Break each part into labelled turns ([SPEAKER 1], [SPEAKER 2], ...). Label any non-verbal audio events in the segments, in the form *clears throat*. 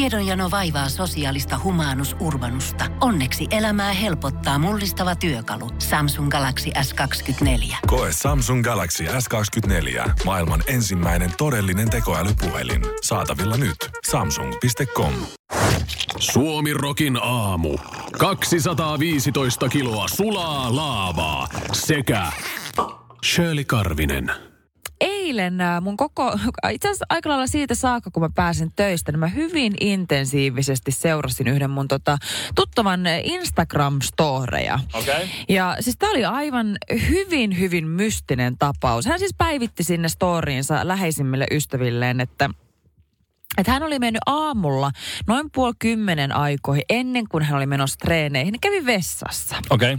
[SPEAKER 1] Tiedonjano vaivaa sosiaalista humanus urbanusta. Onneksi elämää helpottaa mullistava työkalu. Samsung Galaxy S24.
[SPEAKER 2] Koe Samsung Galaxy S24. Maailman ensimmäinen todellinen tekoälypuhelin. Saatavilla nyt. Samsung.com.
[SPEAKER 3] Suomi Rokin aamu. 215 kiloa sulaa laavaa sekä Shirley Karvinen.
[SPEAKER 4] eilen ää, mun koko, *laughs* itse asiassa aika lailla siitä saakka, kun mä pääsin töistä, niin mä hyvin intensiivisesti seurasin yhden mun tota, tuttavan Instagram-storeja.
[SPEAKER 5] Okei.
[SPEAKER 4] Ja siis tää oli aivan hyvin, hyvin mystinen tapaus. Hän siis päivitti sinne storiinsa läheisimmille ystävilleen, että että hän oli mennyt aamulla noin puoli kymmenen aikoihin ennen kuin hän oli menossa treeneihin, niin kävi vessassa.
[SPEAKER 5] Okei.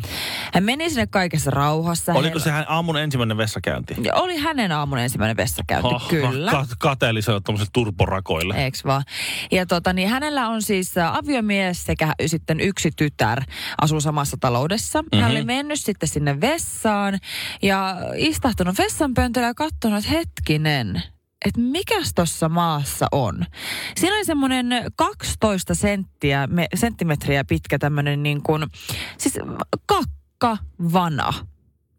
[SPEAKER 4] Hän meni sinne kaikessa rauhassa.
[SPEAKER 5] Oliko
[SPEAKER 4] Hän-
[SPEAKER 5] sehän aamun ensimmäinen vessakäynti?
[SPEAKER 4] Ja Oli hänen aamun ensimmäinen vessakäynti,
[SPEAKER 5] Oh,
[SPEAKER 4] kyllä.
[SPEAKER 5] Mä ka- kateellisella tuommoiselle turborakoille.
[SPEAKER 4] Eiks vaan? Ja tota, niin hänellä on siis ä, aviomies sekä y- sitten yksi tytär asuu samassa taloudessa. Mm-hmm. Hän oli mennyt sitten sinne vessaan ja istahtunut vessan pöntöllä ja katsonut, että hetkinen, että mikäs tuossa maassa on. Siinä oli semmoinen 12 senttiä, me, senttimetriä pitkä tämmöinen niin kuin, siis kakka vana.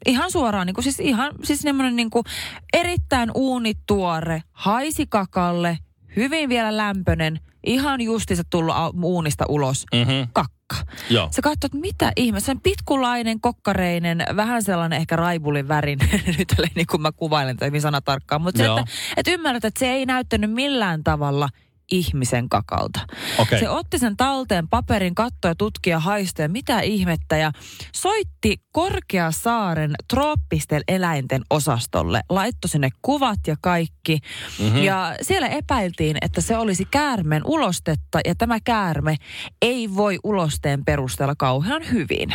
[SPEAKER 4] Ihan suoraan, niin kuin, siis ihan siis semmoinen niin kuin erittäin uunituore, haisi kakalle, hyvin vielä lämpönen, ihan justiinsa tullut au- uunista ulos
[SPEAKER 5] Mm-hmm.
[SPEAKER 4] kakka.
[SPEAKER 5] Joo.
[SPEAKER 4] Sä katsot, mitä ihme, sen pitkulainen, kokkareinen, vähän sellainen ehkä raibulin värin, *laughs* nyt olen niin kuin mä kuvailen tätä hyvin sanatarkkaan, mutta se,
[SPEAKER 5] Joo.
[SPEAKER 4] että, että ymmärrät, että se ei näyttänyt millään tavalla ihmisen kakalta.
[SPEAKER 5] Okei.
[SPEAKER 4] Se otti sen talteen paperin, kattoi tutkia haistoja, mitä ihmettä, ja soitti Korkeasaaren trooppisten eläinten osastolle. Laittoi sinne kuvat ja kaikki. Mm-hmm. Ja siellä epäiltiin, että se olisi käärmeen ulostetta, ja tämä käärme ei voi ulosteen perusteella kauhean hyvin.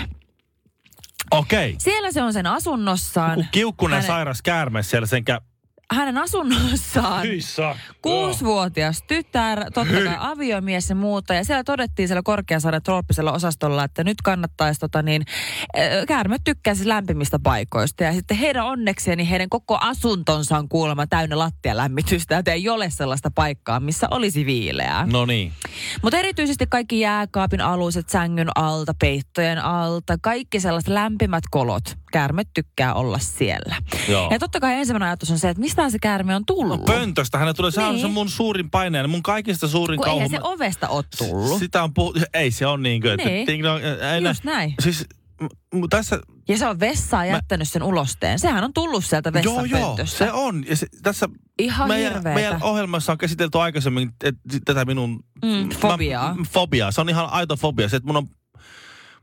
[SPEAKER 5] Okei.
[SPEAKER 4] Siellä se on sen asunnossaan,
[SPEAKER 5] Kun kiukkunen
[SPEAKER 4] Hänen-
[SPEAKER 5] sairas käärme siellä sen kä...
[SPEAKER 4] hänen asunnossaan. Kuusivuotias tytär, totta kai aviomies ja muuta. Ja siellä todettiin siellä Korkeasaaren trooppisella osastolla, että nyt kannattaisi tota niin, äh, käärme tykkää siis lämpimistä paikoista. Ja sitten heidän onnekseen niin heidän koko asuntonsa on kuulemma täynnä lattialämmitystä, että ei ole sellaista paikkaa, missä olisi viileää.
[SPEAKER 5] No niin.
[SPEAKER 4] Mutta erityisesti kaikki jääkaapin aluset, sängyn alta, peittojen alta, kaikki sellaiset lämpimät kolot. Käärme tykkää olla siellä.
[SPEAKER 5] Joo.
[SPEAKER 4] Ja totta kai ensimmäinen ajatus on se, että mistä se käärme on tullut.
[SPEAKER 5] No Pöntöstä hän tulee. Sehän on
[SPEAKER 4] Niin.
[SPEAKER 5] se mun suurin paineeni. Mun kaikista suurin
[SPEAKER 4] Kun
[SPEAKER 5] kauhu.
[SPEAKER 4] eihän se ovesta ole tullut.
[SPEAKER 5] Sitä on puhuttu. Ei se on niin kuin.
[SPEAKER 4] Niin. Just näin.
[SPEAKER 5] Siis m- m- tässä
[SPEAKER 4] Ja se on vessaan jättänyt sen ulosteen. Sehän on tullut sieltä
[SPEAKER 5] Joo, joo,
[SPEAKER 4] vessanpöntöstä.
[SPEAKER 5] se on. Ja se, tässä
[SPEAKER 4] Ihan
[SPEAKER 5] meidän,
[SPEAKER 4] hirveetä.
[SPEAKER 5] meidän ohjelmassa on käsitelty aikaisemmin et, tätä minun...
[SPEAKER 4] Mm, fobiaa.
[SPEAKER 5] Mä, m- fobiaa. Se on ihan aito fobia. Se, että mun, on,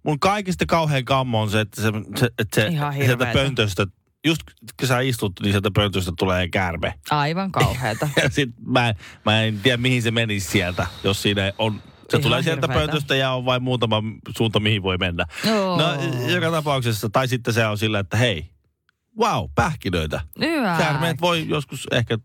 [SPEAKER 5] mun kaikista kauhean kammo on se, että se, se, että se
[SPEAKER 4] Ihan
[SPEAKER 5] sieltä
[SPEAKER 4] hirveetä.
[SPEAKER 5] pöntöstä... Just kun sä istut, niin sieltä pöntöstä tulee käärme.
[SPEAKER 4] Aivan kauheata.
[SPEAKER 5] *laughs* Ja sit mä, en- mä en tiedä, mihin se menisi sieltä, jos siinä on... Se
[SPEAKER 4] Ihan
[SPEAKER 5] tulee sieltä
[SPEAKER 4] hirveetä.
[SPEAKER 5] pöntöstä ja on vain muutama suunta, mihin voi mennä.
[SPEAKER 4] Joo.
[SPEAKER 5] *laughs* No, joka tapauksessa. Tai sitten se on sillä, että hei, wow, pähkinöitä.
[SPEAKER 4] Hyvä.
[SPEAKER 5] Käärmeet voi joskus ehkä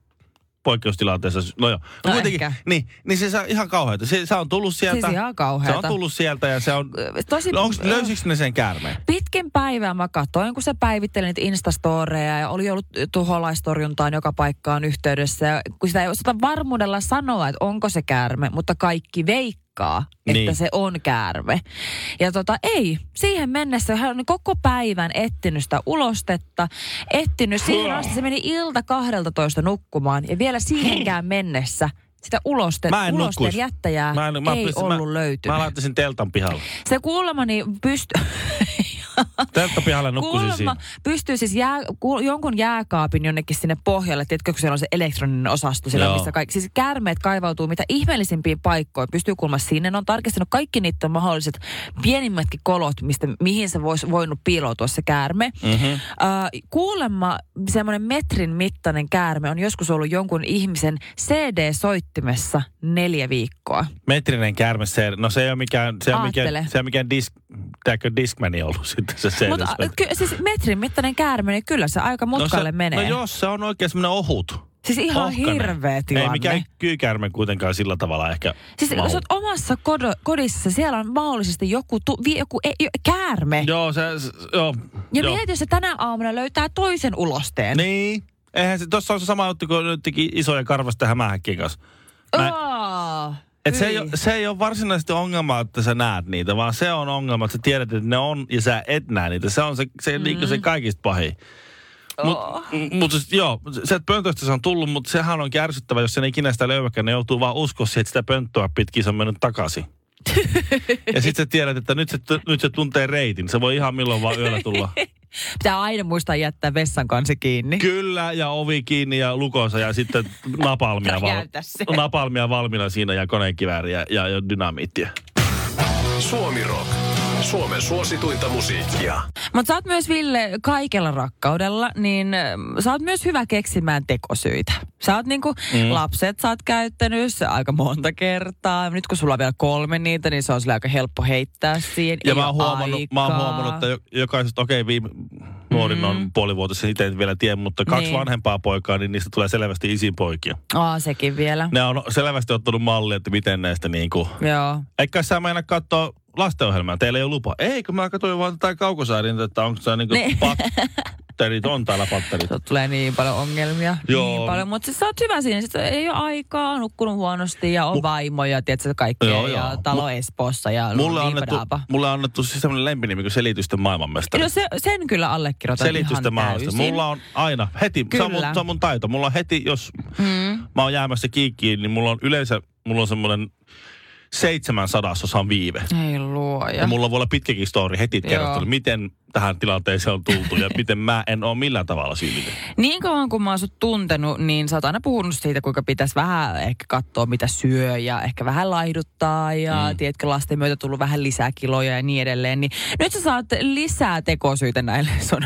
[SPEAKER 5] poikkeustilanteessa, no joo. No
[SPEAKER 4] No
[SPEAKER 5] kuitenkin,
[SPEAKER 4] ehkä.
[SPEAKER 5] niin, niin se, se on ihan kauheata. Se, se on tullut sieltä.
[SPEAKER 4] Siis ihan
[SPEAKER 5] se
[SPEAKER 4] kauheata.
[SPEAKER 5] on tullut sieltä ja se on,
[SPEAKER 4] Tosi...
[SPEAKER 5] no onks, löysikö ne sen käärmeen?
[SPEAKER 4] Pitkin päivää mä katsoin, kun se päivitteli niitä instastoreja ja oli ollut tuholaistorjuntaan joka paikkaan yhteydessä. Ja kun sitä ei osata varmuudella sanoa, että onko se käärme, mutta kaikki veikkaa, että
[SPEAKER 5] Niin.
[SPEAKER 4] se on käärme. Ja tota, ei. Siihen mennessä hän on koko päivän etsinyt sitä ulostetta, etsinyt siihen asti. Se meni ilta 12 nukkumaan ja vielä siihenkään mennessä sitä uloste,
[SPEAKER 5] Mä en
[SPEAKER 4] ulosten
[SPEAKER 5] nukkuis.
[SPEAKER 4] jättäjää
[SPEAKER 5] Mä en- mä
[SPEAKER 4] ei
[SPEAKER 5] pystyn-
[SPEAKER 4] ollut
[SPEAKER 5] mä,
[SPEAKER 4] löytynyt.
[SPEAKER 5] Mä laittaisin teltan pihalle.
[SPEAKER 4] Se kuulemma niin pyst- *laughs*
[SPEAKER 5] Teltan pihalle nukkuisin siinä.
[SPEAKER 4] pystyy siis jää, ku, jonkun jääkaapin jonnekin sinne pohjalle, tiedätkö, kun siellä on se elektroninen osasto, siellä
[SPEAKER 5] Joo.
[SPEAKER 4] missä kaikki, siis käärmeet kaivautuu mitä ihmeellisimpiin paikkoihin, pystyy kuulemma sinne, ne on tarkistanut kaikki niiden mahdolliset pienimmätkin kolot, mistä, mihin se voisi voinut piiloutua se käärme.
[SPEAKER 5] Mm-hmm.
[SPEAKER 4] Äh, kuulemma semmoinen metrin mittainen käärme on joskus ollut jonkun ihmisen CD-soittimessa neljä viikkoa.
[SPEAKER 5] Metrinen käärme, se, no se ei ole mikään, se ei ole mikään,
[SPEAKER 4] Aattele.
[SPEAKER 5] se ei ole mikään disk, tääkö diskmani ollut sitten se CD.
[SPEAKER 4] Mutta ky- siis metrin mittainen käärme, niin kyllä se aika
[SPEAKER 5] no,
[SPEAKER 4] mutkalle
[SPEAKER 5] se,
[SPEAKER 4] menee.
[SPEAKER 5] no jos se on oikein semmoinen ohut.
[SPEAKER 4] Siis ihan
[SPEAKER 5] ohkainen.
[SPEAKER 4] hirveä
[SPEAKER 5] Ei
[SPEAKER 4] tilanne.
[SPEAKER 5] mikään kyykäärme kuitenkaan sillä tavalla ehkä
[SPEAKER 4] Siis
[SPEAKER 5] mahu.
[SPEAKER 4] jos olet omassa kodo, kodissa, siellä on mahdollisesti joku, tu, vi, joku e, jo, käärme. Jo,
[SPEAKER 5] Joo, se, s- joo.
[SPEAKER 4] ja
[SPEAKER 5] joo.
[SPEAKER 4] mieti, jos se tänä aamuna löytää toisen ulosteen.
[SPEAKER 5] Niin. Eihän se, tossa on se sama juttu, kun nyt teki isoja karvasta hämähäkkiin kanssa. Mä,
[SPEAKER 4] Oh,
[SPEAKER 5] Et se, ei,
[SPEAKER 4] Hyi.
[SPEAKER 5] oo- se ei ole varsinaisesti ongelma, että sä näet niitä, vaan se on ongelma, että sä tiedät, että ne on ja sä et näe niitä. Se on se, se, mm. se kaikista pahin. Mutta mut, siis joo, se että pöntöstä se on tullut, mutta sehän on kärsyttävä, jos sen ikinä sitä löyväkään, ne joutuu vaan uskoa siihen, että sitä pönttöä pitkin se on mennyt takaisin. ja sitten sä tiedät, että nyt se, nyt se tuntee reitin. Se voi ihan milloin vaan yöllä tulla.
[SPEAKER 4] Pitää aina muistaa jättää vessan kansi kiinni.
[SPEAKER 5] Kyllä, ja ovi kiinni ja lukossa ja sitten napalmia,
[SPEAKER 4] Räjäytä se.
[SPEAKER 5] val- napalmia valmiina siinä ja konekivääriä ja, ja dynamiittia.
[SPEAKER 3] Suomi Rock. Suomen suosituinta musiikkia.
[SPEAKER 4] Mutta sä oot myös, Ville, kaikella rakkaudella, niin mm, sä oot myös hyvä keksimään tekosyitä. Sä oot niinku mm. lapset, sä oot käyttänyt se aika monta kertaa. Nyt kun sulla on vielä kolme niitä, niin se on sille aika helppo heittää siihen.
[SPEAKER 5] Ja
[SPEAKER 4] Ei
[SPEAKER 5] mä oon,
[SPEAKER 4] oo
[SPEAKER 5] huomannut, mä oon
[SPEAKER 4] aikaa.
[SPEAKER 5] huomannut, että jo- jokaisesta, okei okay, viime, nuorin mm. on puolivuotisen, itse en vielä tiedä, mutta kaksi
[SPEAKER 4] Niin.
[SPEAKER 5] niin. vanhempaa poikaa, niin niistä tulee selvästi isipoikia.
[SPEAKER 4] Aa, sekin vielä.
[SPEAKER 5] Ne on selvästi ottanut mallia, että miten näistä niin kuin...
[SPEAKER 4] Joo.
[SPEAKER 5] Eikä sä mennä katsoa lastenohjelmaa, teillä ei ole lupa. Ei, kun mä katsoin vaan tätä kaukosaarinta, että onko se niin
[SPEAKER 4] Niin.
[SPEAKER 5] kuin patterit, on täällä patterit.
[SPEAKER 4] Sulla tulee niin paljon ongelmia.
[SPEAKER 5] Joo.
[SPEAKER 4] Niin paljon. Mutta siis sä oot hyvä siinä. Sitten ei ole aikaa, on nukkunut huonosti ja on vaimoja, tiedätkö, kaikkea.
[SPEAKER 5] Joo,
[SPEAKER 4] ja
[SPEAKER 5] joo.
[SPEAKER 4] talo
[SPEAKER 5] Mu-
[SPEAKER 4] Espoossa ja niin
[SPEAKER 5] Mulle on annettu,
[SPEAKER 4] liipadaapa.
[SPEAKER 5] mulle on annettu siis semmoinen lempinimi kuin selitysten maailmanmestari.
[SPEAKER 4] No se, sen kyllä allekirjoitan
[SPEAKER 5] selitysten
[SPEAKER 4] ihan
[SPEAKER 5] maailmasta.
[SPEAKER 4] täysin.
[SPEAKER 5] Mulla on aina heti, se on, mun,
[SPEAKER 4] Kyllä.
[SPEAKER 5] se on mun taito. Mulla on heti, jos mm. mä oon jäämässä kiikkiin, niin mulla on yleensä, mulla on semmoinen seitsemän sadasosan viive.
[SPEAKER 4] Ei luoja.
[SPEAKER 5] Ja mulla voi olla pitkäkin story heti
[SPEAKER 4] Joo.
[SPEAKER 5] kerrottu, miten tähän tilanteeseen on tultu ja miten mä en ole millään tavalla syyllinen.
[SPEAKER 4] Niin kauan kun mä oon sut tuntenut, niin sä oot aina puhunut siitä, kuinka pitäisi vähän ehkä katsoa, mitä syö ja ehkä vähän laihduttaa ja mm. tiedätkö, lasten myötä tullut vähän lisää kiloja ja niin edelleen. Niin nyt sä saat lisää tekosyitä näille sun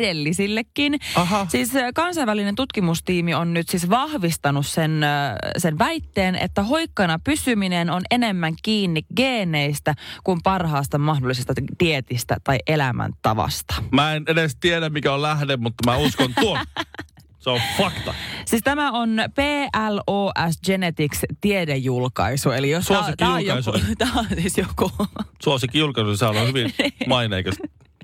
[SPEAKER 4] edellisillekin.
[SPEAKER 5] Aha.
[SPEAKER 4] Siis äh, kansainvälinen tutkimustiimi on nyt siis vahvistanut sen, äh, sen väitteen, että hoikkana pysyminen on enemmän kiinni geeneistä kuin parhaasta mahdollisesta dietistä tai elämäntavasta.
[SPEAKER 5] Mä en edes tiedä, mikä on lähde, mutta mä uskon tuon. Se on fakta.
[SPEAKER 4] Siis tämä on PLOS Genetics tiedejulkaisu. Eli jos tää-
[SPEAKER 5] Suosikki
[SPEAKER 4] tää on joku,
[SPEAKER 5] julkaisu.
[SPEAKER 4] *laughs* tää on siis joku,
[SPEAKER 5] Suosikki julkaisu, se on hyvin maineikas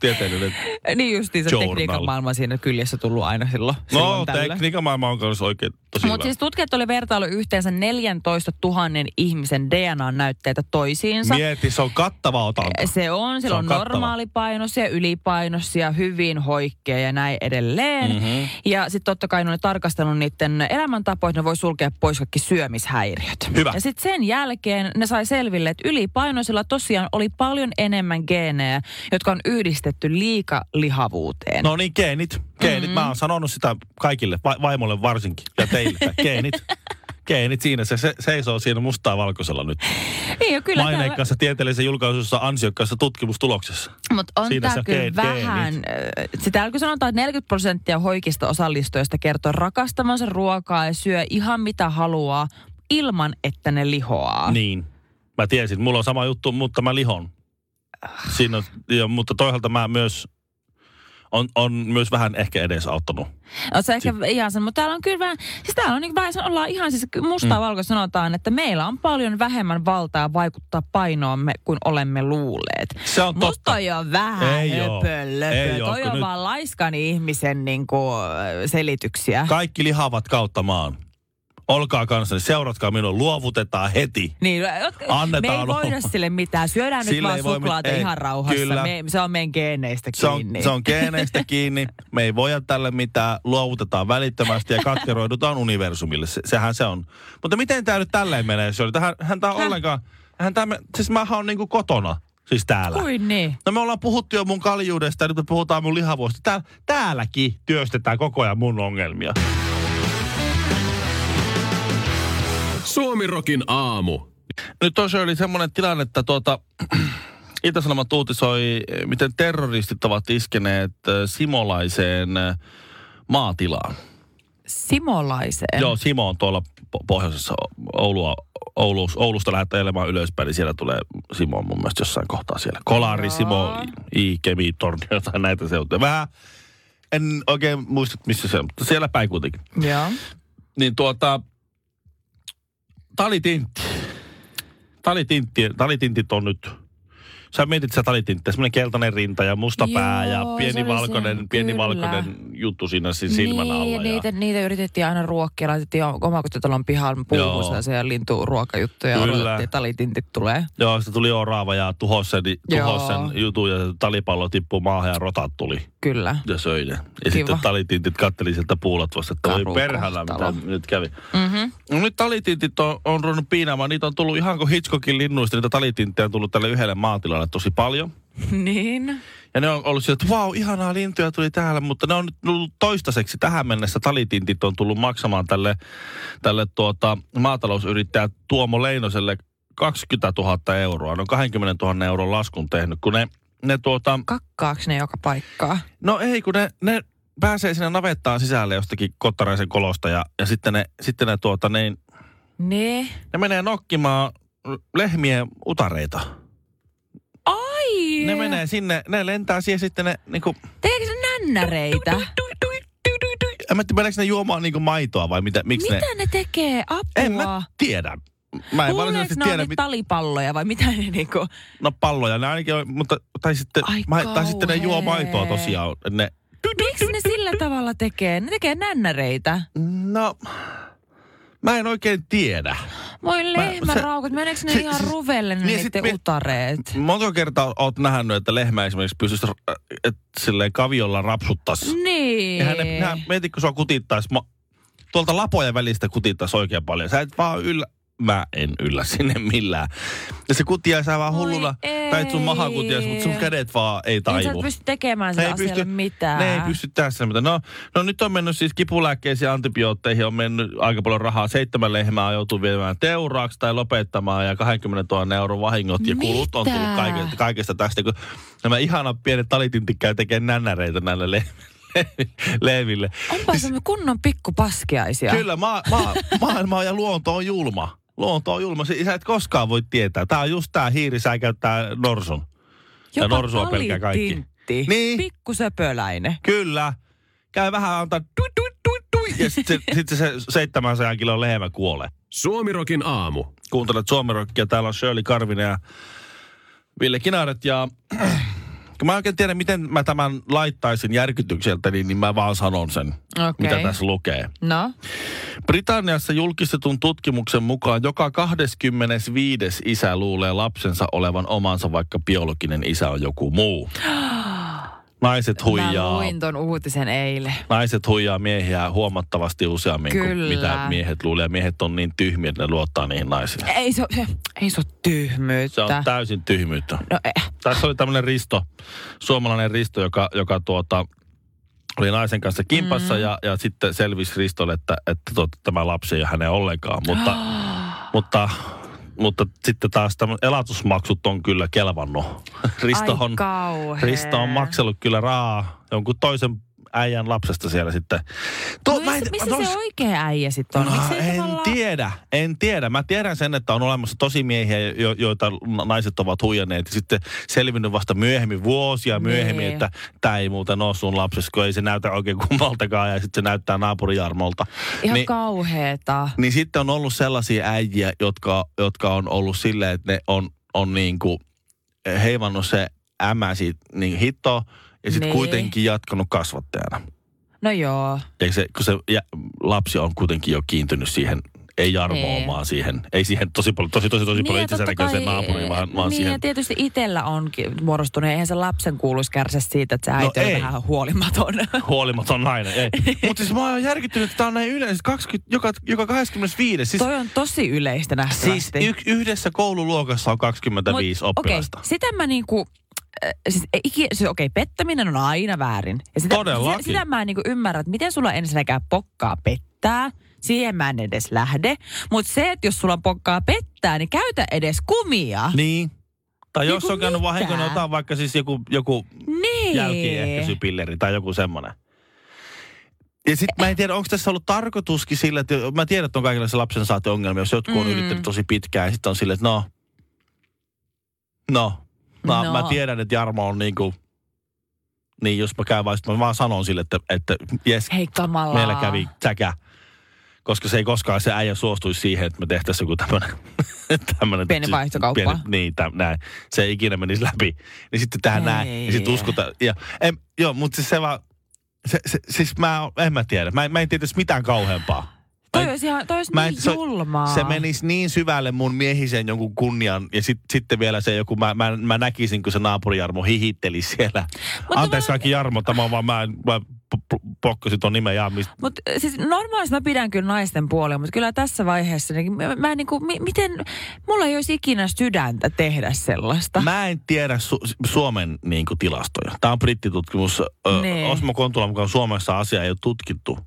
[SPEAKER 5] tieteellinen.
[SPEAKER 4] niin justiin se
[SPEAKER 5] Journal.
[SPEAKER 4] tekniikan maailma siinä kyljessä tullut aina silloin.
[SPEAKER 5] No,
[SPEAKER 4] silloin tällöin.
[SPEAKER 5] tekniikan maailma on kanssa oikein tosi hyvä.
[SPEAKER 4] Mutta siis tutkijat oli vertailu yhteensä 14 000 ihmisen DNA-näytteitä toisiinsa.
[SPEAKER 5] Mieti, se on kattava otanta.
[SPEAKER 4] Eh, Se on, sillä
[SPEAKER 5] on
[SPEAKER 4] on, on
[SPEAKER 5] kattava.
[SPEAKER 4] normaalipainoisia, ylipainoisia, hyvin hoikkeja ja näin edelleen. Mm-hmm. Ja sitten totta kai ne on tarkastanut niiden elämäntapoja, että ne voi sulkea pois kaikki syömishäiriöt.
[SPEAKER 5] Hyvä.
[SPEAKER 4] Ja sitten sen jälkeen ne sai selville, että ylipainoisilla tosiaan oli paljon enemmän geenejä, jotka on yhdistetty liikalihavuuteen.
[SPEAKER 5] No niin, geenit. Geenit. Mm-hmm.
[SPEAKER 4] Mm.
[SPEAKER 5] Mä oon sanonut sitä kaikille, va- vaimolle varsinkin
[SPEAKER 4] *laughs*
[SPEAKER 5] ja teille. että Geenit. Geenit siinä. Se, se seisoo siinä mustaa valkoisella nyt.
[SPEAKER 4] niin, ja kyllä täällä-
[SPEAKER 5] Maineikkaassa tieteellisessä julkaisussa ansiokkaassa tutkimustuloksessa.
[SPEAKER 4] Mutta on
[SPEAKER 5] Siinä
[SPEAKER 4] tämä
[SPEAKER 5] sä
[SPEAKER 4] kyllä
[SPEAKER 5] geenit.
[SPEAKER 4] vähän... äh, Sitä kun sanotaan, että 40 prosenttia hoikista osallistujista kertoo rakastamansa ruokaa ja syö ihan mitä haluaa ilman, että ne lihoaa.
[SPEAKER 5] Niin. Mä tiesin. Mulla on sama juttu, mutta mä lihon.
[SPEAKER 4] Ah.
[SPEAKER 5] Siinä on, ja, mutta toisaalta mä myös... On, on myös vähän ehkä edesauttanut.
[SPEAKER 4] On se ehkä ihan sen, mutta täällä on kyllä vähän, siis täällä on niin vähän, ollaan ihan siis mustaa mm. valkoista sanotaan, että meillä on paljon vähemmän valtaa vaikuttaa painoomme kuin olemme luulleet.
[SPEAKER 5] Se on
[SPEAKER 4] Musta
[SPEAKER 5] No, totta.
[SPEAKER 4] toi on vähän
[SPEAKER 5] Ei oo.
[SPEAKER 4] höpö, löpö.
[SPEAKER 5] Ei oo,
[SPEAKER 4] Toi
[SPEAKER 5] kun
[SPEAKER 4] on
[SPEAKER 5] nyt-
[SPEAKER 4] vaan laiskan ihmisen niin kuin, selityksiä.
[SPEAKER 5] Kaikki lihavat kautta maan. Olkaa kanssani, seuratkaa minua, luovutetaan heti.
[SPEAKER 4] Niin, ot-
[SPEAKER 5] Annetaan
[SPEAKER 4] me ei
[SPEAKER 5] olla.
[SPEAKER 4] voida sille mitään. Syödään nyt
[SPEAKER 5] Sille
[SPEAKER 4] vaan
[SPEAKER 5] ei voi mit-
[SPEAKER 4] suklaata
[SPEAKER 5] ei,
[SPEAKER 4] ihan rauhassa.
[SPEAKER 5] kyllä.
[SPEAKER 4] Me, se on meidän geeneistä
[SPEAKER 5] Se on,
[SPEAKER 4] kiinni.
[SPEAKER 5] se on geeneistä kiinni. Me ei voida tälle mitään. Luovutetaan välittömästi ja katkeroidutaan universumille. Se, sehän se on. Mutta miten tämä nyt tälleen menee? Se oli, tähän, hän tää on
[SPEAKER 4] Häh?
[SPEAKER 5] ollenkaan... Hän tää, me- siis mähän on niinku kotona. Siis täällä.
[SPEAKER 4] Kuin niin.
[SPEAKER 5] No me ollaan puhuttu jo mun kaljuudesta ja nyt me puhutaan mun lihavuosta. Tää, täälläkin työstetään koko ajan mun ongelmia.
[SPEAKER 3] Suomi Rockin aamu.
[SPEAKER 5] Nyt on oli semmoinen tilanne, että tuota, *clears throat* Ilta-Sanomat uutisoi, eh, miten terroristit ovat iskeneet eh, simolaiseen eh, maatilaan.
[SPEAKER 4] Simolaiseen.
[SPEAKER 5] Joo, Simo on tuolla po- pohjoisessa O- Oulua, Oulus, Oulusta lähtee elämään ylöspäin, niin siellä tulee Simo mun mielestä jossain kohtaa siellä. Kolari,
[SPEAKER 4] Joo.
[SPEAKER 5] Simo, I, I- Kemi, Tornio, jotain näitä seutuja. Vähän, en oikein muista, missä se on, mutta siellä päin kuitenkin.
[SPEAKER 4] Joo.
[SPEAKER 5] Niin tuota, talitintti. Talitintti, talitintit on nyt sä mietit, sä talitin semmoinen keltainen rinta ja musta
[SPEAKER 4] Joo,
[SPEAKER 5] pää ja
[SPEAKER 4] se
[SPEAKER 5] pieni
[SPEAKER 4] oli
[SPEAKER 5] valkoinen,
[SPEAKER 4] siinä,
[SPEAKER 5] pieni
[SPEAKER 4] kyllä.
[SPEAKER 5] valkoinen juttu siinä si- silmän
[SPEAKER 4] niin,
[SPEAKER 5] alla.
[SPEAKER 4] ja niitä, niitä yritettiin aina ruokkia. Laitettiin o- omakotitalon pihan
[SPEAKER 5] Joo.
[SPEAKER 4] puuhun sellaisia linturuokajuttua ja
[SPEAKER 5] Kyllä.
[SPEAKER 4] odotettiin, että talitintit tulee.
[SPEAKER 5] Joo, sitten tuli oraava ja tuhosi sen, tuhos
[SPEAKER 4] Joo.
[SPEAKER 5] sen jutun ja se talipallo tippui maahan ja rotat tuli
[SPEAKER 4] Kyllä.
[SPEAKER 5] ja söi ne. Ja
[SPEAKER 4] Kiva.
[SPEAKER 5] sitten talitintit katteli sieltä puulat vasta, että voi
[SPEAKER 4] Karu
[SPEAKER 5] perhana, mitä
[SPEAKER 4] kohtalo.
[SPEAKER 5] nyt kävi.
[SPEAKER 4] Mm-hmm.
[SPEAKER 5] No nyt talitintit on, on ruvennut piinaamaan. Niitä on tullut ihan kuin Hitchcockin linnuista. Niitä talitinttejä on tullut tälle yhdelle maatilalle tosi paljon.
[SPEAKER 4] niin.
[SPEAKER 5] Ja ne on ollut sillä, että vau, ihanaa lintuja tuli täällä, mutta ne on nyt tullut toistaiseksi tähän mennessä. Talitintit on tullut maksamaan tälle, tälle tuota, maatalousyrittäjä Tuomo Leinoselle 20 000 euroa. Ne on 20 000 euron laskun tehnyt, kun ne, ne tuota,
[SPEAKER 4] Kakkaaks ne joka paikkaa?
[SPEAKER 5] no ei, kun ne, ne pääsee sinne navettaan sisälle jostakin kottaraisen kolosta ja, ja sitten ne, sitten ne tuota, niin,
[SPEAKER 4] Ne.
[SPEAKER 5] ne menee nokkimaan lehmien utareita.
[SPEAKER 4] Ai!
[SPEAKER 5] Ne menee sinne, ne lentää siihen sitten ne niinku,
[SPEAKER 4] Teekö ne nännäreitä?
[SPEAKER 5] en mä tiedä, meneekö ne juomaan niinku maitoa vai mitä, miksi ne...
[SPEAKER 4] Mitä ne tekee? Apua.
[SPEAKER 5] En mä tiedä. Mä en
[SPEAKER 4] Luuleeko
[SPEAKER 5] varsinaisesti
[SPEAKER 4] ne on
[SPEAKER 5] tiedä,
[SPEAKER 4] niitä
[SPEAKER 5] mit...
[SPEAKER 4] talipalloja vai mitä ne niinku...
[SPEAKER 5] no palloja ne ainakin on, mutta tai sitten,
[SPEAKER 4] Ai
[SPEAKER 5] ma... tai sitten ne juo
[SPEAKER 4] kauhea.
[SPEAKER 5] maitoa tosiaan. Ne...
[SPEAKER 4] Miksi ne sillä tavalla tekee? Ne tekee nännäreitä.
[SPEAKER 5] No, mä en oikein tiedä.
[SPEAKER 4] Voi
[SPEAKER 5] se-
[SPEAKER 4] lehmäraukat, meneekö ne
[SPEAKER 5] se-
[SPEAKER 4] ihan
[SPEAKER 5] se-
[SPEAKER 4] ruvelle ne
[SPEAKER 5] niin, sit
[SPEAKER 4] niiden
[SPEAKER 5] me-
[SPEAKER 4] utareet?
[SPEAKER 5] Monta kertaa oot nähnyt, että lehmä esimerkiksi pystyisi äh, et, silleen kaviolla rapsuttaisi.
[SPEAKER 4] Niin.
[SPEAKER 5] Eihän ne, nehän, mieti, kun sua kutittaisi, ma... tuolta lapojen välistä kutittaisi oikein paljon. Sä et vaan yllä, mä en yllä sinne millään. Ja se kutia sä vaan
[SPEAKER 4] Voi
[SPEAKER 5] hullulla, tai et sun maha kutias, mutta sun
[SPEAKER 4] ei.
[SPEAKER 5] kädet vaan ei taivu.
[SPEAKER 4] Niin sä et pysty tekemään
[SPEAKER 5] Ne
[SPEAKER 4] sille asialle mitään.
[SPEAKER 5] Ne ei pysty tässä mitään. No, no nyt on mennyt siis kipulääkkeisiin ja antibiootteihin, on mennyt aika paljon rahaa. Seitsemän lehmää joutuu viemään teuraaksi tai lopettamaan ja 20 000 euron vahingot ja kulut on
[SPEAKER 4] Mitä?
[SPEAKER 5] tullut kaikesta, kaikesta tästä. Kun nämä ihanat pienet talitintit käy tekemään nännäreitä näille le- *laughs* lehmille.
[SPEAKER 4] Onpa semmoinen kunnon pikkupaskiaisia.
[SPEAKER 5] Siis- Kyllä, maa, maa, maailma ja luonto on julma. Luonto on julma. Si- Sä et koskaan voi tietää. Tää on just tää hiiri, sä käyttää norsun.
[SPEAKER 4] Jopa
[SPEAKER 5] norsua pelkää kaikki.
[SPEAKER 4] talitintti.
[SPEAKER 5] Niin.
[SPEAKER 4] Pikkusöpöläinen.
[SPEAKER 5] Kyllä. Käy vähän antaa tui, tui, tui, tui. Ja sitten se, sit se, se 700 kilon lehmä kuolee.
[SPEAKER 3] Suomirokin aamu.
[SPEAKER 5] Kuuntelet Suomirokkia. Täällä on Shirley Karvinen ja Ville Kinaret. Ja *clears throat* kun mä en oikein tiedä, miten mä tämän laittaisin järkytykseltä, niin, niin mä vaan sanon sen, okay.
[SPEAKER 4] Okei.
[SPEAKER 5] mitä tässä lukee.
[SPEAKER 4] No,
[SPEAKER 5] Britanniassa julkistetun tutkimuksen mukaan joka 25. isä luulee lapsensa olevan omansa, vaikka biologinen isä on
[SPEAKER 4] *gasps*
[SPEAKER 5] joku muu. Naiset huijaa.
[SPEAKER 4] mä luin ton uutisen eilen.
[SPEAKER 5] naiset huijaa miehiä huomattavasti useammin kuin
[SPEAKER 4] Kyllä.
[SPEAKER 5] mitä miehet luulee. Ja Miehet on niin tyhmiä, että ne luottaa niihin naisiin.
[SPEAKER 4] Ei se, se, ei se ole tyhmyyttä.
[SPEAKER 5] Se on täysin tyhmyyttä.
[SPEAKER 4] no, eh.
[SPEAKER 5] Tässä oli tämmöinen Risto, suomalainen Risto, joka, joka tuota, oli naisen kanssa kimpassa mm. ja, ja sitten selvisi Ristolle, että, että tuota, tämä lapsi ei ole hänen ollenkaan.
[SPEAKER 4] *gasps*
[SPEAKER 5] Mutta, mutta, mutta sitten taas tämä elatusmaksut on kyllä kelvannut. *laughs* Risto
[SPEAKER 4] Ai
[SPEAKER 5] on,
[SPEAKER 4] kauhea.
[SPEAKER 5] Risto on maksellut kyllä raa jonkun toisen äijän lapsesta siellä sitten. Tuo-
[SPEAKER 4] No,
[SPEAKER 5] mä en-
[SPEAKER 4] missä missä
[SPEAKER 5] no,
[SPEAKER 4] se oikea äijä sitten on?
[SPEAKER 5] No,
[SPEAKER 4] Tota, Miksei
[SPEAKER 5] en
[SPEAKER 4] tavallaan-
[SPEAKER 5] tiedä, en tiedä. Mä tiedän sen, että on olemassa tosi miehiä, jo, joita na- naiset ovat huijanneet. Ja sitten selvinnyt vasta myöhemmin, vuosia myöhemmin,
[SPEAKER 4] Niin.
[SPEAKER 5] että tämä ei muuten ole sun lapsesi, kun ei se näytä oikein kummaltakaan. Ja sitten se näyttää naapuri Jarmolta.
[SPEAKER 4] Ihan
[SPEAKER 5] Niin-
[SPEAKER 4] kauheeta.
[SPEAKER 5] Niin sitten on ollut sellaisia äijiä, jotka, jotka on ollut silleen, että ne on, on niinku heivannut se ämä siitä niin hittoa ja sitten
[SPEAKER 4] Niin.
[SPEAKER 5] kuitenkin jatkanut kasvattajana.
[SPEAKER 4] No joo.
[SPEAKER 5] Eikö se, kun se jä, lapsi on kuitenkin jo kiintynyt siihen, ei
[SPEAKER 4] Niin.
[SPEAKER 5] jarmoomaan siihen, ei siihen tosi paljon, tosi tosi tosi paljon
[SPEAKER 4] ja
[SPEAKER 5] itsensä
[SPEAKER 4] totta
[SPEAKER 5] näköiseen
[SPEAKER 4] kai,
[SPEAKER 5] naapuriin, vaan, vaan
[SPEAKER 4] niin, ja
[SPEAKER 5] siihen.
[SPEAKER 4] tietysti itsellä onkin muodostunut. Eihän se lapsen kuuluisi kärsiä siitä, että se äiti
[SPEAKER 5] No ei. Siis-
[SPEAKER 4] on vähän huolimaton.
[SPEAKER 5] Huolimaton nainen,
[SPEAKER 4] *laughs*
[SPEAKER 5] ei. Mutta siis mä oon järkyttynyt, että tää on näin yleensä, 20, joka, joka 25. Siis,
[SPEAKER 4] Toi on tosi yleistä nähtävästi.
[SPEAKER 5] siis y, yhdessä koululuokassa on 25 Mut,
[SPEAKER 4] okei,
[SPEAKER 5] oppilasta. Okay.
[SPEAKER 4] sitä mä niinku, äh, siis, ei iki, siis okei, pettäminen on aina väärin. Ja sitä,
[SPEAKER 5] Todellakin.
[SPEAKER 4] Sitä, sitä mä en niinku ymmärrä, että miten sulla ensinnäkään pokkaa pettää. Siihen mä en edes lähde. Mutta se, että jos sulla pokkaa pettää, niin käytä edes kumia.
[SPEAKER 5] Niin. Tai jos
[SPEAKER 4] Niinku
[SPEAKER 5] on käynyt vahinko, niin
[SPEAKER 4] mitä?
[SPEAKER 5] ota vaikka siis joku, joku
[SPEAKER 4] Niin.
[SPEAKER 5] jälkiehkäisypilleri tai joku semmoinen. Ja sitten mä en tiedä, onko tässä ollut tarkoituskin sillä, että mä tiedän, että on kaikenlaisia lapsen saati ongelmia, jos jotkut on
[SPEAKER 4] Mm.
[SPEAKER 5] yrittänyt tosi pitkään ja sitten on silleen, että no, no, no, no,
[SPEAKER 4] No.
[SPEAKER 5] mä tiedän, että Jarmo on niinku, niin jos mä käyn vaan, sit mä vaan sanon sille, että, että jes,
[SPEAKER 4] Hei kamalaa.
[SPEAKER 5] meillä kävi säkä. Koska se ei koskaan se äijä suostuisi siihen, että me tehtäisiin joku tämmöinen... *laughs* tämmönen,
[SPEAKER 4] Pieni vaihtokauppa.
[SPEAKER 5] niin, täm, näin. Se ei ikinä menisi läpi. Niin sitten tähän näin.
[SPEAKER 4] Ei.
[SPEAKER 5] Ja sitten uskotaan. Ja, en, joo, mutta siis se vaan... Se, se, siis mä, oon- en mä tiedä. Mä, en- mä en tietäisi mitään kauheampaa. Mä en-
[SPEAKER 4] Toi olisi ihan, toi olisi
[SPEAKER 5] Mä en-
[SPEAKER 4] niin julmaa.
[SPEAKER 5] Se menisi niin syvälle mun miehisen jonkun kunnian ja sit, sitten vielä se joku, mä, mä, mä näkisin, kun se naapuri Jarmo hihitteli siellä. Mutta Anteeksi
[SPEAKER 4] mä-
[SPEAKER 5] kaikki Jarmo, tämä on vaan mä, mä p- p- pokkasin ton nimen ja mistä.
[SPEAKER 4] Mutta siis normaalisti mä pidän kyllä naisten puolia, mutta kyllä tässä vaiheessa, niin mä, mä en niinku, mi, miten, mulla ei olisi ikinä sydäntä tehdä sellaista.
[SPEAKER 5] Mä en tiedä Su- Suomen niin kuin, tilastoja. Tämä on brittitutkimus. Ö,
[SPEAKER 4] Nee.
[SPEAKER 5] Osmo Kontula mukaan Suomessa asia ei ole tutkittu.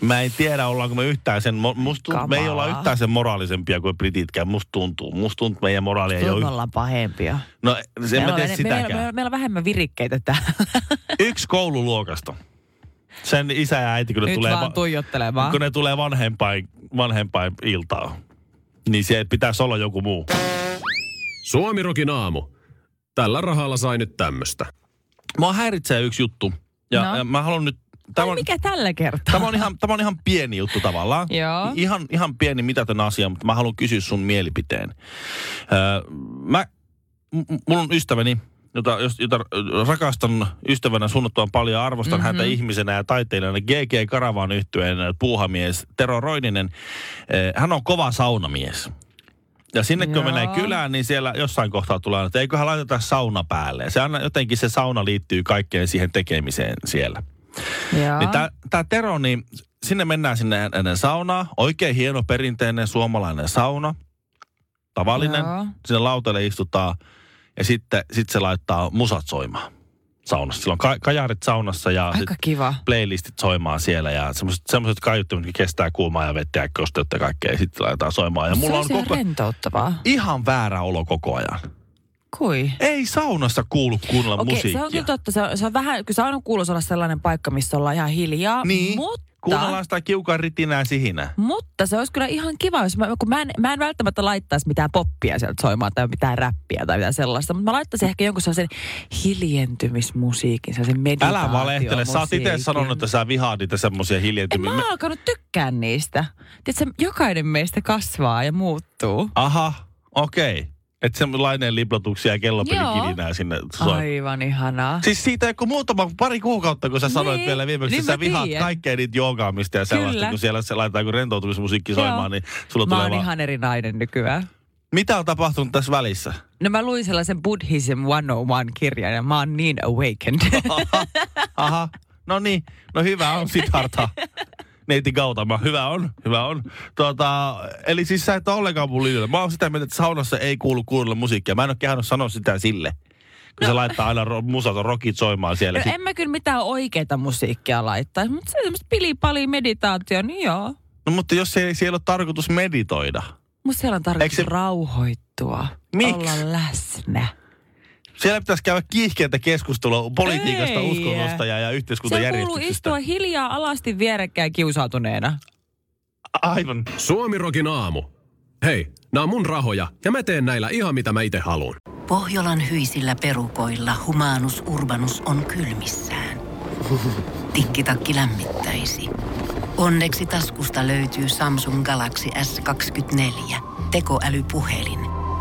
[SPEAKER 5] Mä en tiedä, ollaanko me yhtään sen, mo- musta tuntuu, me ei olla
[SPEAKER 4] Kamalaa.
[SPEAKER 5] yhtään sen moraalisempia kuin brititkään, musta tuntuu. Musta tuntuu, että meidän moraali ei
[SPEAKER 4] Kyllä
[SPEAKER 5] ole
[SPEAKER 4] me
[SPEAKER 5] yh-
[SPEAKER 4] ollaan pahempia.
[SPEAKER 5] No, en mä
[SPEAKER 4] meillä,
[SPEAKER 5] tiedä
[SPEAKER 4] on, meillä, meillä,
[SPEAKER 5] sitäkään.
[SPEAKER 4] meillä, meillä on vähemmän virikkeitä täällä.
[SPEAKER 5] Yksi koululuokasta. Sen isä ja äiti, kun ne
[SPEAKER 4] Nyt
[SPEAKER 5] tulee,
[SPEAKER 4] vaan tuijottelemaan.
[SPEAKER 5] kun ne tulee vanhempain, vanhempain iltaa, niin siellä pitäisi olla joku muu.
[SPEAKER 3] Suomirokin aamu. Tällä rahalla sai nyt tämmöstä.
[SPEAKER 5] Mua häiritsee yksi juttu. Ja,
[SPEAKER 4] No.
[SPEAKER 5] ja mä haluan nyt...
[SPEAKER 4] Ai
[SPEAKER 5] Tämä on,
[SPEAKER 4] mikä tällä kertaa?
[SPEAKER 5] tämä on, ihan, tämä on ihan pieni juttu tavallaan.
[SPEAKER 4] Joo.
[SPEAKER 5] Ihan, ihan pieni mitätön asia, mutta mä haluan kysyä sun mielipiteen. Öö, mä, m- mulla on ystäväni, jota, jos- jota rakastan ystävänä suunnattoman paljon, arvostan mm-hmm. häntä ihmisenä ja taiteilijana, GG Karavan yhtyeen puuhamies Tero Roininen. Öö, Hän on kova saunamies. Ja sinne kun
[SPEAKER 4] Joo.
[SPEAKER 5] menee kylään, niin siellä jossain kohtaa tulee aina, että eiköhän laiteta sauna päälle. Ja Se aina, jotenkin se sauna liittyy kaikkeen siihen tekemiseen siellä.
[SPEAKER 4] Joo.
[SPEAKER 5] Niin tää, tää Tero, niin sinne mennään sinne ennen saunaa. Oikein hieno perinteinen suomalainen sauna. Tavallinen.
[SPEAKER 4] Joo.
[SPEAKER 5] Joo. Sinne lautalle istutaan ja sitten sit se laittaa musat soimaan saunassa. Sillä on ka- kajarit saunassa ja sit
[SPEAKER 4] Aika kiva.
[SPEAKER 5] playlistit soimaan siellä ja semmoiset kaiuttimet, mitkä kestää kuumaa ja vettä ja kosteutta ja kaikkea. Ja sitten laitetaan soimaan. Ja mulla on
[SPEAKER 4] se on
[SPEAKER 5] koko,
[SPEAKER 4] koko... rentouttavaa.
[SPEAKER 5] ihan väärä olo koko ajan.
[SPEAKER 4] Kui?
[SPEAKER 5] Ei saunassa kuulu kuunnella
[SPEAKER 4] Okei,
[SPEAKER 5] musiikkia.
[SPEAKER 4] se on kyllä totta. Se on, se on vähän, kyllä sauna kuuluisi olla sellainen paikka, missä ollaan ihan hiljaa.
[SPEAKER 5] Niin,
[SPEAKER 4] mutta...
[SPEAKER 5] kuunnellaan sitä kiukaan ritinää sihinää.
[SPEAKER 4] Mutta se olisi kyllä ihan kiva, jos mä, kun mä en, mä en välttämättä laittaisi mitään poppia sieltä soimaan tai mitään räppiä tai mitään sellaista, mutta mä laittaisin ehkä jonkun sellaisen hiljentymismusiikin, sellaisen meditaatiomusiikin.
[SPEAKER 5] Älä valehtele. Sä oot itse sanonut, että sä vihaat niitä semmoisia
[SPEAKER 4] En
[SPEAKER 5] hiljentymiä.
[SPEAKER 4] mä oon alkanut tykkää niistä. Tiedätkö, jokainen meistä kasvaa ja muuttuu.
[SPEAKER 5] Aha, okei. Okay. Että semmoinen liplotuksia ja kellopelikilinää sinne soi.
[SPEAKER 4] Aivan ihanaa.
[SPEAKER 5] Siis siitä joku muutama pari kuukautta, kun sä sanoit
[SPEAKER 4] Niin.
[SPEAKER 5] vielä viimeksi,
[SPEAKER 4] Niin
[SPEAKER 5] että
[SPEAKER 4] mä
[SPEAKER 5] sä vihaat
[SPEAKER 4] tiedän.
[SPEAKER 5] kaikkea niitä joogaamista ja sellaista,
[SPEAKER 4] Kyllä.
[SPEAKER 5] kun siellä se laitetaan kun rentoutumismusiikki
[SPEAKER 4] Joo.
[SPEAKER 5] soimaan, niin sulla
[SPEAKER 4] Mä
[SPEAKER 5] tulee
[SPEAKER 4] oon
[SPEAKER 5] vaan...
[SPEAKER 4] ihan eri nainen nykyään.
[SPEAKER 5] Mitä on tapahtunut tässä välissä?
[SPEAKER 4] No mä luin sellaisen Buddhism 101-kirjan ja mä oon niin
[SPEAKER 5] *laughs*
[SPEAKER 4] awakened.
[SPEAKER 5] Aha, no niin, no hyvä on Siddhartha. Neiti Gautama, hyvä on, hyvä on. Tota, eli siis sä et ole ollenkaan mun linjalla. Mä oon sitä mieltä, että saunassa ei kuulu kuunnella musiikkia. Mä en oo kehannut sanoa sitä sille. Kun no. se laittaa aina ro- musat rokit soimaan siellä.
[SPEAKER 4] No
[SPEAKER 5] Sit-
[SPEAKER 4] en mä kyllä mitään oikeita musiikkia laittaa, mutta se on semmoista pilipali meditaatio, niin joo.
[SPEAKER 5] No mutta jos ei, siellä ole tarkoitus meditoida.
[SPEAKER 4] Mutta siellä on tarkoitus
[SPEAKER 5] Eikö
[SPEAKER 4] se...
[SPEAKER 5] se-
[SPEAKER 4] rauhoittua,
[SPEAKER 5] Miksi?
[SPEAKER 4] olla läsnä.
[SPEAKER 5] Siellä pitäisi käydä kiihkeätä keskustelua politiikasta,
[SPEAKER 4] Ei.
[SPEAKER 5] uskonnosta ja, ja
[SPEAKER 4] Siellä kuuluu
[SPEAKER 5] yhteiskuntajärjestyksestä.
[SPEAKER 4] istua hiljaa alasti vierekkäin kiusautuneena.
[SPEAKER 5] Aivan.
[SPEAKER 3] Suomirokin aamu. Hei, nämä on mun rahoja ja mä teen näillä ihan mitä mä itse haluan.
[SPEAKER 1] Pohjolan hyisillä perukoilla humanus urbanus on kylmissään. Tikkitakki lämmittäisi. Onneksi taskusta löytyy Samsung Galaxy S24. Tekoälypuhelin.